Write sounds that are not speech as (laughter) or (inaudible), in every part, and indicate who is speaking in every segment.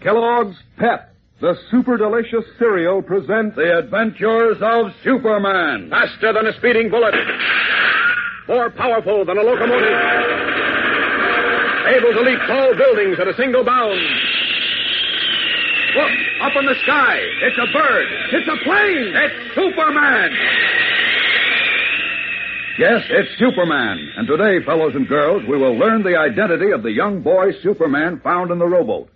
Speaker 1: Kellogg's Pep, the super delicious cereal, presents The Adventures of Superman.
Speaker 2: Faster than a speeding bullet. More powerful than a locomotive. Able to leap tall buildings at a single bound. Look, up in the sky. It's a bird. It's a plane. It's Superman.
Speaker 1: Yes, it's Superman. And today, fellows and girls, we will learn the identity of the young boy Superman found in the rowboat.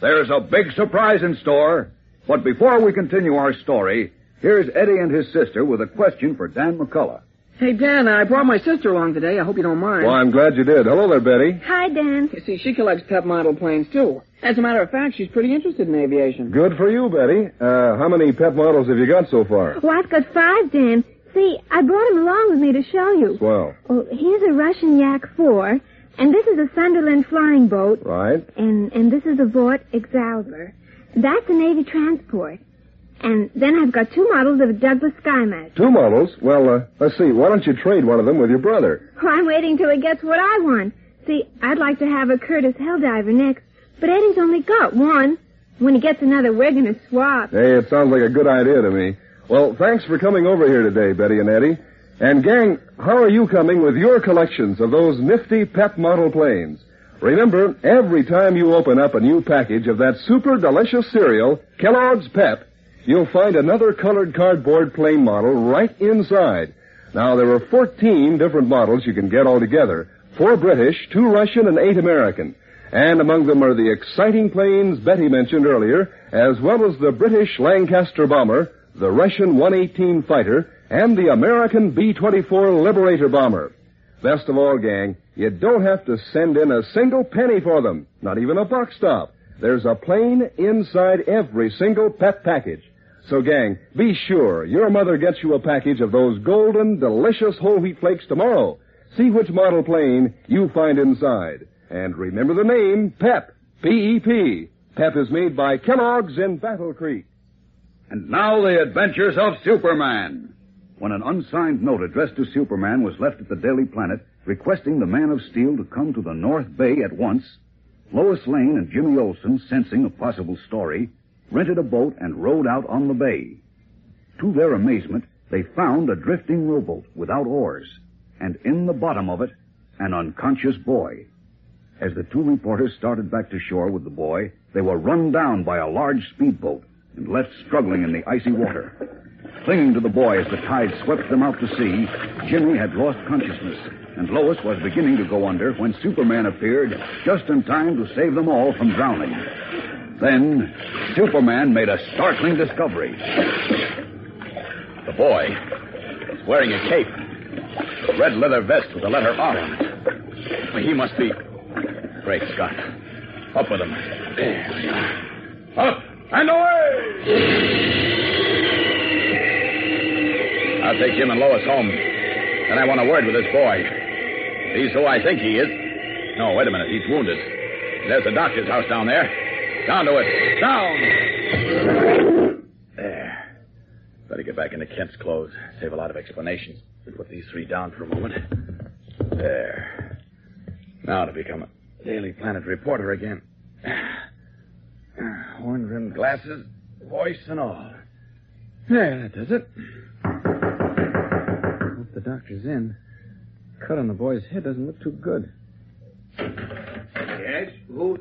Speaker 1: There's a big surprise in store. But before we continue our story, here's Eddie and his sister with a question for Dan McCullough.
Speaker 3: Hey, Dan, I brought my sister along today. I hope you don't mind.
Speaker 1: Well, I'm glad you did. Hello there, Betty.
Speaker 4: Hi, Dan.
Speaker 3: You see, she collects pet model planes, too. As a matter of fact, she's pretty interested in aviation.
Speaker 1: Good for you, Betty. Uh, how many pet models have you got so far?
Speaker 4: Well, I've got five, Dan. See, I brought him along with me to show you.
Speaker 1: Well,
Speaker 4: Well, here's a Russian Yak 4, and this is a Sunderland flying boat,
Speaker 1: right.
Speaker 4: and, and this is a Vought Exalver. That's a Navy transport. And then I've got two models of a Douglas Skymax. (laughs)
Speaker 1: Two models. Well, uh, let's see. Why don't you trade one of them with your brother?
Speaker 4: Well, I'm waiting till he gets what I want. See, I'd like to have a Curtis Helldiver next, but Eddie's only got one. When he gets another, we're gonna swap.
Speaker 1: Hey, it sounds like a good idea to me. Well, thanks for coming over here today, Betty and Eddie. And gang, how are you coming with your collections of those nifty pet model planes? Remember, every time you open up a new package of that super delicious cereal, Kellogg's Pep, you'll find another colored cardboard plane model right inside. Now, there are 14 different models you can get altogether. Four British, two Russian, and eight American. And among them are the exciting planes Betty mentioned earlier, as well as the British Lancaster bomber, the Russian 118 fighter, and the American B-24 Liberator bomber. Best of all, gang, you don't have to send in a single penny for them, not even a box stop. There's a plane inside every single pet package. So, gang, be sure your mother gets you a package of those golden, delicious whole wheat flakes tomorrow. See which model plane you find inside. And remember the name, PEP. P-E-P. PEP is made by Kellogg's in Battle Creek. And now the adventures of Superman. When an unsigned note addressed to Superman was left at the Daily Planet requesting the Man of Steel to come to the North Bay at once, Lois Lane and Jimmy Olsen, sensing a possible story, rented a boat and rowed out on the bay. To their amazement, they found a drifting rowboat without oars, and in the bottom of it, an unconscious boy. As the two reporters started back to shore with the boy, they were run down by a large speedboat and left struggling in the icy water. Clinging to the boy as the tide swept them out to sea, Jimmy had lost consciousness, and Lois was beginning to go under when Superman appeared just in time to save them all from drowning. Then, Superman made a startling discovery.
Speaker 2: The boy is wearing a cape. A red leather vest with a letter R on it. He must be. Great Scott. Up with him. There we are. Up and away! I'll take Jim and Lois home.
Speaker 1: Then I want a word with this boy. He's who I think he is. No, wait a minute. He's wounded. There's the doctor's house down there. Down to it. Down! There. Better get back into Kent's clothes. Save a lot of explanations. Put these three down for a moment. There. Now to become a Daily Planet reporter again. (sighs) Horn rimmed glasses, voice and all. There, that does it. Hope the doctor's in. Cut on the boy's head doesn't look too good.
Speaker 3: Yes? Who? Oh,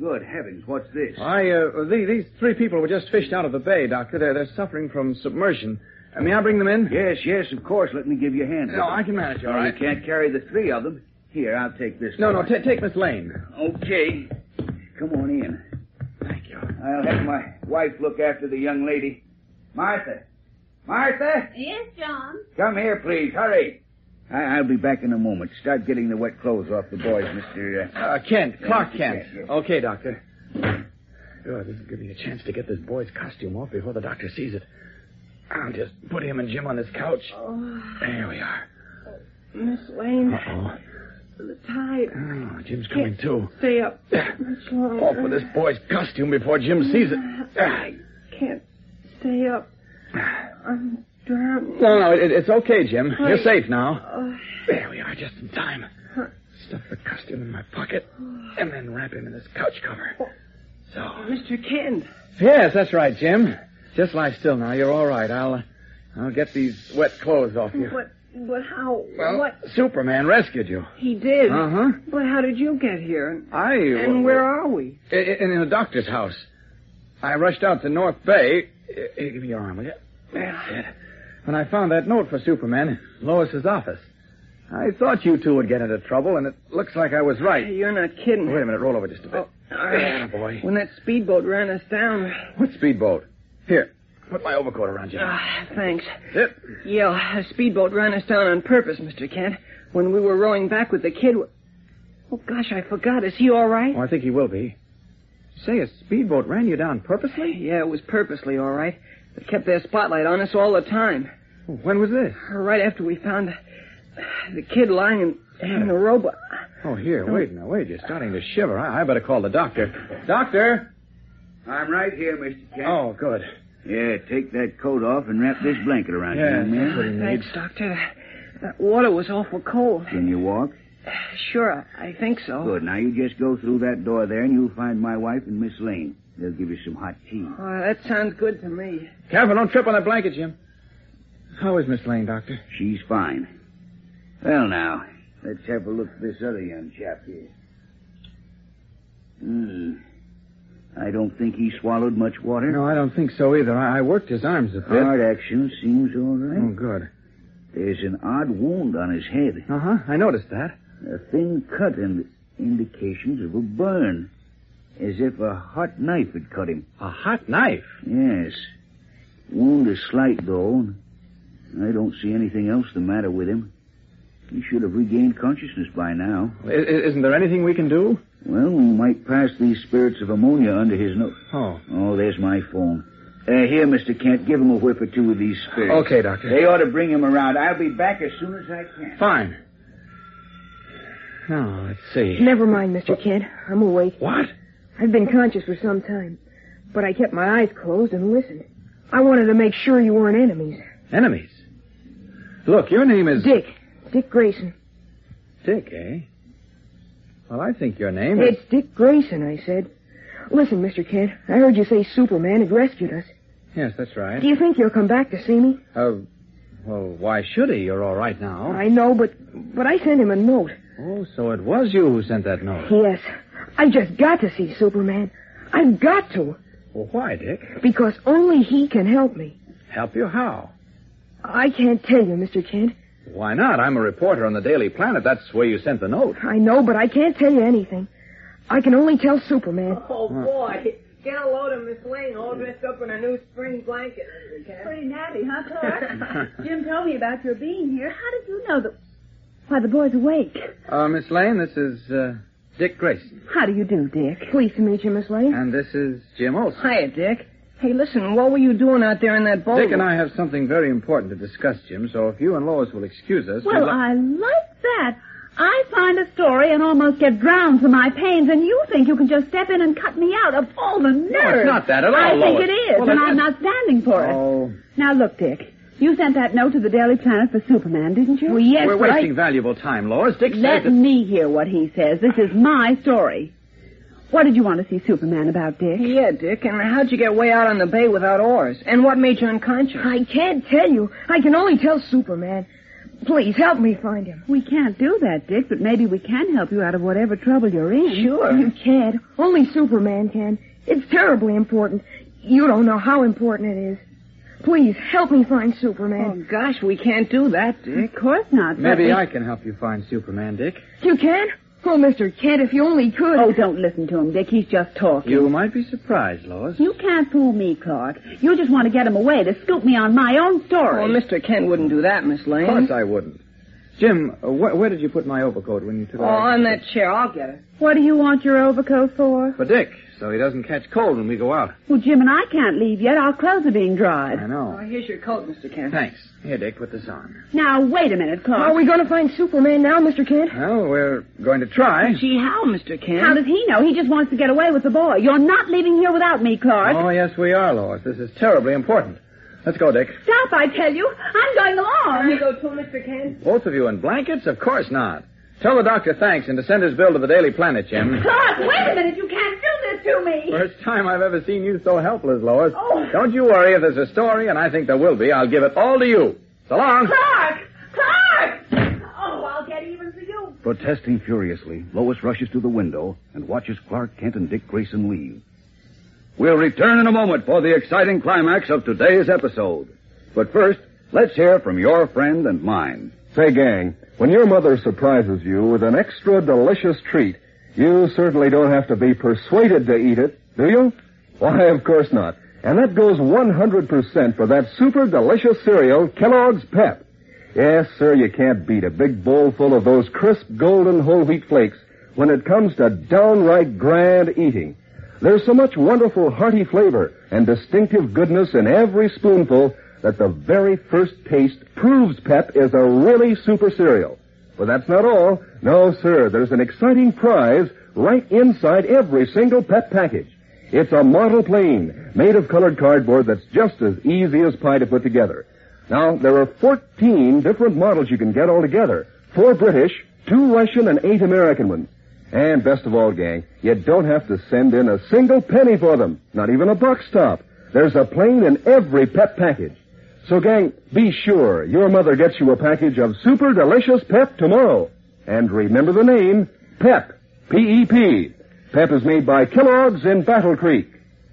Speaker 3: Good heavens, what's this?
Speaker 1: I, uh, the, these three people were just fished out of the bay, Doctor. They're, they're suffering from submersion. Uh, may I bring them in?
Speaker 3: Yes, yes, of course. Let me give you a hand.
Speaker 1: No, I can manage, all
Speaker 3: No,
Speaker 1: right.
Speaker 3: You can't carry the three of them. Here, I'll take this.
Speaker 1: No, no,
Speaker 3: part.
Speaker 1: ta take Miss Lane.
Speaker 3: Okay. Come on in.
Speaker 1: Thank you.
Speaker 3: I'll have my wife look after the young lady. Martha. Martha?
Speaker 5: Yes, John.
Speaker 3: Come here, please. Hurry. I- I'll be back in a moment. Start getting the wet clothes off the boys, Mr. Uh...
Speaker 1: Uh, Kent, Clark
Speaker 3: Mr.
Speaker 1: Kent.
Speaker 3: Kent, yes.
Speaker 1: Okay, Doctor. Good, this will give me a chance to get this boy's costume off before the doctor sees it. I'll just put him and Jim on this couch.
Speaker 6: Oh.
Speaker 1: There we are.
Speaker 6: Miss Lane,
Speaker 1: Uh-oh.
Speaker 6: the tide.
Speaker 1: Oh, Jim's coming too.
Speaker 6: Stay up much longer.
Speaker 1: Off with this boy's costume before Jim sees it.
Speaker 6: I can't stay up. I'm drowning.
Speaker 1: No, no, it, it's okay, Jim. You're
Speaker 6: Wait.
Speaker 1: safe now.
Speaker 6: Oh.
Speaker 1: There we are, just in time. Stuff the costume in my pocket and then wrap him in this couch cover. So.
Speaker 6: Mr. Kent.
Speaker 1: Yes, that's right, Jim. Just lie still now. You're all right. I'll, uh, I'll get these wet clothes off you.
Speaker 6: But, but how?
Speaker 1: Well,
Speaker 6: what?
Speaker 1: Superman rescued you.
Speaker 6: He did.
Speaker 1: Uh huh.
Speaker 6: But how did you get here? And,
Speaker 1: I.
Speaker 6: and where are we?
Speaker 1: I- In, in the doctor's house. I rushed out to North Bay. I- I- Give me your arm, will you? That's it. When I found that note for Superman in Lois's office, I thought you two would get into trouble, and it looks like I was right.
Speaker 6: Hey, Oh. You're not kidding.
Speaker 1: Wait a minute, roll over just a bit.
Speaker 6: All right.
Speaker 1: Atta boy.
Speaker 6: When that speedboat ran us down.
Speaker 1: What speedboat? Here, put my overcoat around you.
Speaker 6: Ah, thanks.
Speaker 1: Zip.
Speaker 6: Yeah, a speedboat ran us down on purpose, Mr. Kent. When we were rowing back with the kid. w- Oh, gosh, I forgot. Is he all right?
Speaker 1: Oh, I think he will be. Say, a speedboat ran you down purposely?
Speaker 6: Yeah, it was purposely all right. They kept their spotlight on us all the time.
Speaker 1: When was this?
Speaker 6: Right after we found the kid lying in, in the robot.
Speaker 1: Oh, here, wait now, wait. You're starting to shiver. I, I better call the doctor. Doctor!
Speaker 3: I'm right here, Mr. Kent.
Speaker 1: Oh, good.
Speaker 3: Yeah, take that coat off and wrap this blanket around you, young
Speaker 1: that's what
Speaker 3: man.
Speaker 1: he needs.
Speaker 6: Thanks, Doctor. That water was awful cold.
Speaker 3: Can you walk?
Speaker 6: Sure, I, I think so.
Speaker 3: Good. Now you just go through that door there, and you'll find my wife and Miss Lane. They'll give you some hot tea.
Speaker 6: Oh, that sounds good to me.
Speaker 1: Careful, don't trip on that blanket, Jim. How is Miss Lane, Doctor?
Speaker 3: She's fine. Well, now, let's have a look at this other young chap here. Hmm. I don't think he swallowed much water.
Speaker 1: No, I don't think so either. I, I worked his arms a bit.
Speaker 3: Heart action seems all
Speaker 1: Oh,
Speaker 3: right.
Speaker 1: good.
Speaker 3: There's an odd wound on his head.
Speaker 1: Uh huh. I noticed that.
Speaker 3: A thin cut and indications of a burn. As if a hot knife had cut him.
Speaker 1: A hot knife.
Speaker 3: Yes. Wound is slight, though. and I don't see anything else the matter with him. He should have regained consciousness by now.
Speaker 1: I- I- isn't there anything we can do?
Speaker 3: Well, we might pass these spirits of ammonia under his nose.
Speaker 1: Oh.
Speaker 3: Oh, there's my phone. Uh, here, Mr. Kent, give him a whiff or two of these spirits.
Speaker 1: Okay, Doctor.
Speaker 3: They ought to bring him around. I'll be back as soon as I can.
Speaker 1: Fine. Now, let's see.
Speaker 7: Never mind, Mr. Kent. I'm awake.
Speaker 1: What?
Speaker 7: I've been conscious for some time, but I kept my eyes closed and listened. I wanted to make sure you weren't enemies.
Speaker 1: Enemies. Look, your name is
Speaker 7: Dick. Dick Grayson.
Speaker 1: Dick, eh? Well, I think your name is.
Speaker 7: It's Dick Grayson, I said. Listen, Mr. Kent, I heard you say Superman had rescued us.
Speaker 1: Yes, that's right.
Speaker 7: Do you think he'll come back to see me?
Speaker 1: Uh, well, why should he? You're all right now.
Speaker 7: I know, but but I sent him a note.
Speaker 1: Oh, so it was you who sent that note.
Speaker 7: Yes. I've just got to see Superman. I've got to,
Speaker 1: Well, why, Dick?
Speaker 7: because only he can help me.
Speaker 1: Help you how?
Speaker 7: I can't tell you, Mr. Kent.
Speaker 1: Why not? I'm a reporter on the Daily Planet. That's where you sent the
Speaker 4: (laughs)
Speaker 1: note.
Speaker 7: I know, but I can't tell you anything. I can only tell Superman.
Speaker 6: Oh, boy. Get a load of Miss Lane all dressed up in a new spring blanket, Mr. Kent.
Speaker 5: Pretty natty, huh,
Speaker 6: (laughs)
Speaker 5: Clark? Jim told me about your being here. How did you know that? Why, the boy's awake.
Speaker 1: Uh, Miss Lane, this is uh, Dick Grayson,
Speaker 5: How do you do, Dick?
Speaker 7: Pleased to meet you, Miss Lane.
Speaker 1: and this is Jim Olson.
Speaker 6: Hiya, Dick.
Speaker 8: Hey, listen, what were you doing out there in that bowl?
Speaker 9: Dick and I have something very important to discuss, Jim, so if you and Lois will excuse us.
Speaker 10: Well,
Speaker 9: we'd like-
Speaker 10: I like that. I find a story and almost get drowned for my pains, and you think you can just step in and cut me out of all the nerves.
Speaker 9: it's not that at all,
Speaker 10: I think
Speaker 9: Lois.
Speaker 10: it is,
Speaker 9: Well,
Speaker 10: and
Speaker 9: that's-
Speaker 10: I'm not standing for it.
Speaker 9: Oh.
Speaker 4: Now look, Dick. You sent that note to the Daily Planet for Superman, didn't you? Well, yes,
Speaker 9: We're
Speaker 4: but I-
Speaker 9: wasting valuable time, Lois. Dick
Speaker 4: Let
Speaker 9: says that...
Speaker 4: me hear what he says. This is my story. What did you want to see Superman about, Dick?
Speaker 8: Yeah, Dick, and how'd you get way out on the bay without oars? And what made you unconscious?
Speaker 7: I can't tell you. I can only tell Superman. Please help me find him.
Speaker 4: We can't do that, Dick, but maybe we can help you out of whatever trouble you're in.
Speaker 7: You can't. Only Superman can. It's terribly important. You don't know how important it is. Please help me find Superman.
Speaker 8: Oh, gosh, we can't do that, Dick.
Speaker 4: Of course not. but
Speaker 9: Maybe
Speaker 4: we-
Speaker 9: I can help you find Superman, Dick.
Speaker 7: You can? Oh, Mr. Kent, if you only could.
Speaker 4: Oh, don't listen to him, Dick. He's just talking.
Speaker 9: You might be surprised, Lois.
Speaker 4: You can't fool me, Clark. You just want to get him away to scoop me on my own story.
Speaker 8: Well, Mr. Kent wouldn't do that, Miss Lane.
Speaker 9: Of course I wouldn't. Jim, uh, wh- where did you put my overcoat when you took it
Speaker 8: Oh,
Speaker 9: out?
Speaker 8: on that chair. I'll get it.
Speaker 4: What do you want your overcoat for?
Speaker 9: For Dick, so he doesn't catch cold when we go out.
Speaker 4: Well, Jim and I can't leave yet. Our clothes are being dried.
Speaker 9: I
Speaker 8: Oh,
Speaker 9: know.
Speaker 8: here's your coat, Mr. Kent.
Speaker 9: Thanks. Here, Dick, put this on.
Speaker 4: Now, wait a minute, Clark.
Speaker 7: Are we going to find Superman now, Mr. Kent?
Speaker 9: Well, we're going to try.
Speaker 8: Gee, how, Mr. Kent?
Speaker 4: How does he know? He just wants to get away with the boy. You're not leaving here without me, Clark.
Speaker 9: Oh, yes, we are, Lois. This is terribly important. Let's go, Dick.
Speaker 4: Stop, I tell you. I'm going along.
Speaker 8: go too, Mr. Kent?
Speaker 9: Both of you in blankets? Of course not. Tell the doctor thanks and to send his bill to the Daily Planet, (laughs) Jim.
Speaker 4: Clark, wait a minute. You can't do this to me.
Speaker 9: First time I've ever seen you so helpless, Lois.
Speaker 4: Oh.
Speaker 9: Don't you worry. If there's a story, and I think there will be, I'll give it all to you. So long.
Speaker 4: Clark! Clark! Oh, I'll get even for you.
Speaker 3: Protesting furiously, Lois rushes to the window and watches Clark Kent and Dick Grayson leave.
Speaker 11: We'll return in a moment for the exciting climax of today's episode. But first, let's hear from your friend and mine.
Speaker 1: Say, gang, when your mother surprises you with an extra delicious treat, you certainly don't have to be persuaded to eat it, do you? Why, of course not. And that goes 100% for that super delicious cereal, Kellogg's Pep. Yes, sir, you can't beat a big bowl full of those crisp golden whole wheat flakes when it comes to downright grand eating. There's so much wonderful hearty flavor and distinctive goodness in every spoonful that the very first taste proves Pep is a really super cereal. But that's not all. No, sir, there's an exciting prize right inside every single Pep package. It's a model plane made of colored cardboard that's just as easy as pie to put together. Now, there are 14 different models you can get altogether. Four British, two Russian, and eight American ones. And best of all, gang, you don't have to send in a single penny for them. Not even a box stop. There's a plane in every pep package. So, gang, be sure your mother gets you a package of super delicious pep tomorrow. And remember the name, Pep. P-E-P. Pep is made by Kellogg's in Battle Creek.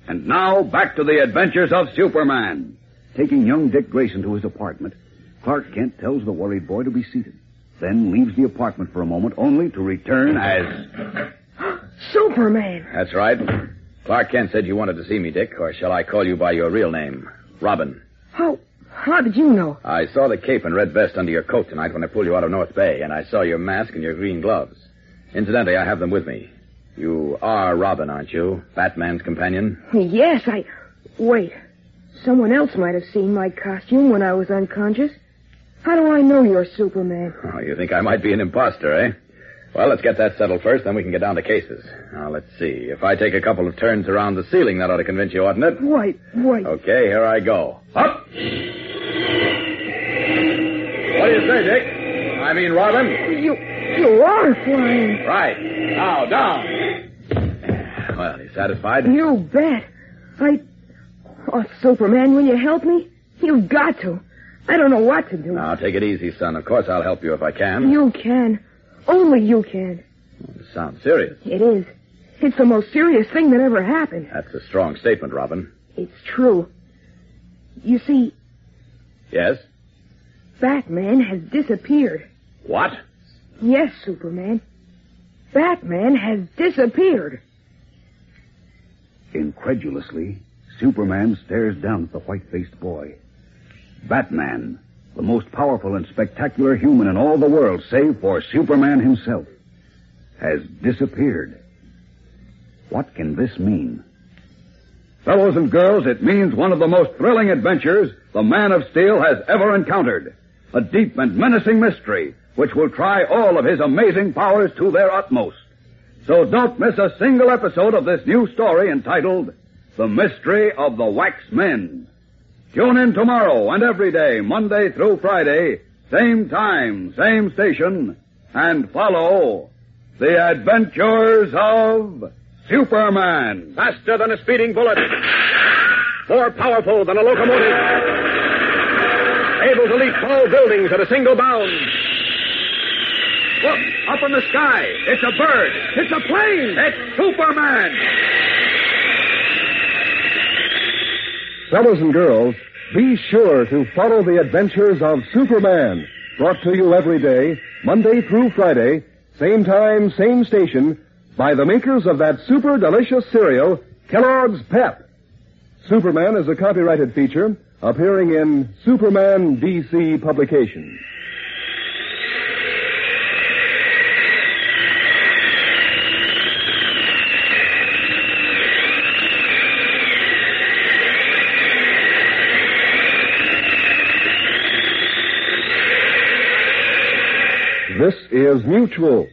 Speaker 11: And now, back to the adventures of Superman.
Speaker 3: Taking young Dick Grayson to his apartment, Clark Kent tells the worried boy to be seated, then leaves the apartment for a moment only to return as.
Speaker 8: (gasps)
Speaker 7: Superman.
Speaker 12: That's right. Clark Kent said you wanted to see me, Dick, or shall I call you by your real name? Robin.
Speaker 7: How how did you know?
Speaker 12: I saw the cape and red vest under your coat tonight when I pulled you out of North Bay, and I saw your mask and your green gloves. Incidentally, I have them with me. You are Robin, aren't you? Batman's companion? (laughs)
Speaker 7: Yes, I wait. Someone else might have seen my costume when I was unconscious. How do I know you're Superman?
Speaker 12: Oh, you think I might be an imposter, eh? Well, let's get that settled first, then we can get down to cases. Now, let's see. If I take a couple of turns around the ceiling, that ought to convince you, oughtn't it?
Speaker 7: Wait, wait.
Speaker 12: Okay, here I go. Up! What do you say, Dick? I mean, Robin?
Speaker 7: You you are flying.
Speaker 12: Right. Now, down. Well, you satisfied?
Speaker 7: You bet. I Oh, Superman, will you help me? You've got to. I don't know what to do.
Speaker 12: Now, take it easy, son. Of course I'll help you if I can.
Speaker 7: You can. Only you can.
Speaker 12: Sounds serious.
Speaker 7: It is. It's the most serious thing that ever happened.
Speaker 12: That's a strong statement, Robin.
Speaker 7: It's true. You see,
Speaker 12: Yes?
Speaker 7: Batman has disappeared.
Speaker 12: What?
Speaker 7: Yes, Superman. Batman has disappeared.
Speaker 3: Incredulously, Superman stares down at the white faced boy. Batman, the most powerful and spectacular human in all the world, save for Superman himself, has disappeared. What can this mean? Fellows and girls, it means one of the most thrilling adventures the Man of Steel has ever encountered. A deep and menacing mystery, which will try all of his amazing powers to their utmost. So don't miss a single episode of this new story entitled The Mystery of the Wax Men. Tune in tomorrow and every day, Monday through Friday, same time, same station, and oh, follow The Adventures of Superman.
Speaker 13: Faster than a speeding bullet. More powerful than a locomotive. Able to leap tall buildings at a single bound.
Speaker 3: Look, up in the sky. It's a bird. It's a plane. It's Superman.
Speaker 1: Fellows and girls, be sure to follow the adventures of Superman, brought to you every day, Monday through Friday, same time, same station, by the makers of that super delicious cereal, Kellogg's Pep. Superman is a copyrighted feature appearing in Superman DC Publications. This is Mutual,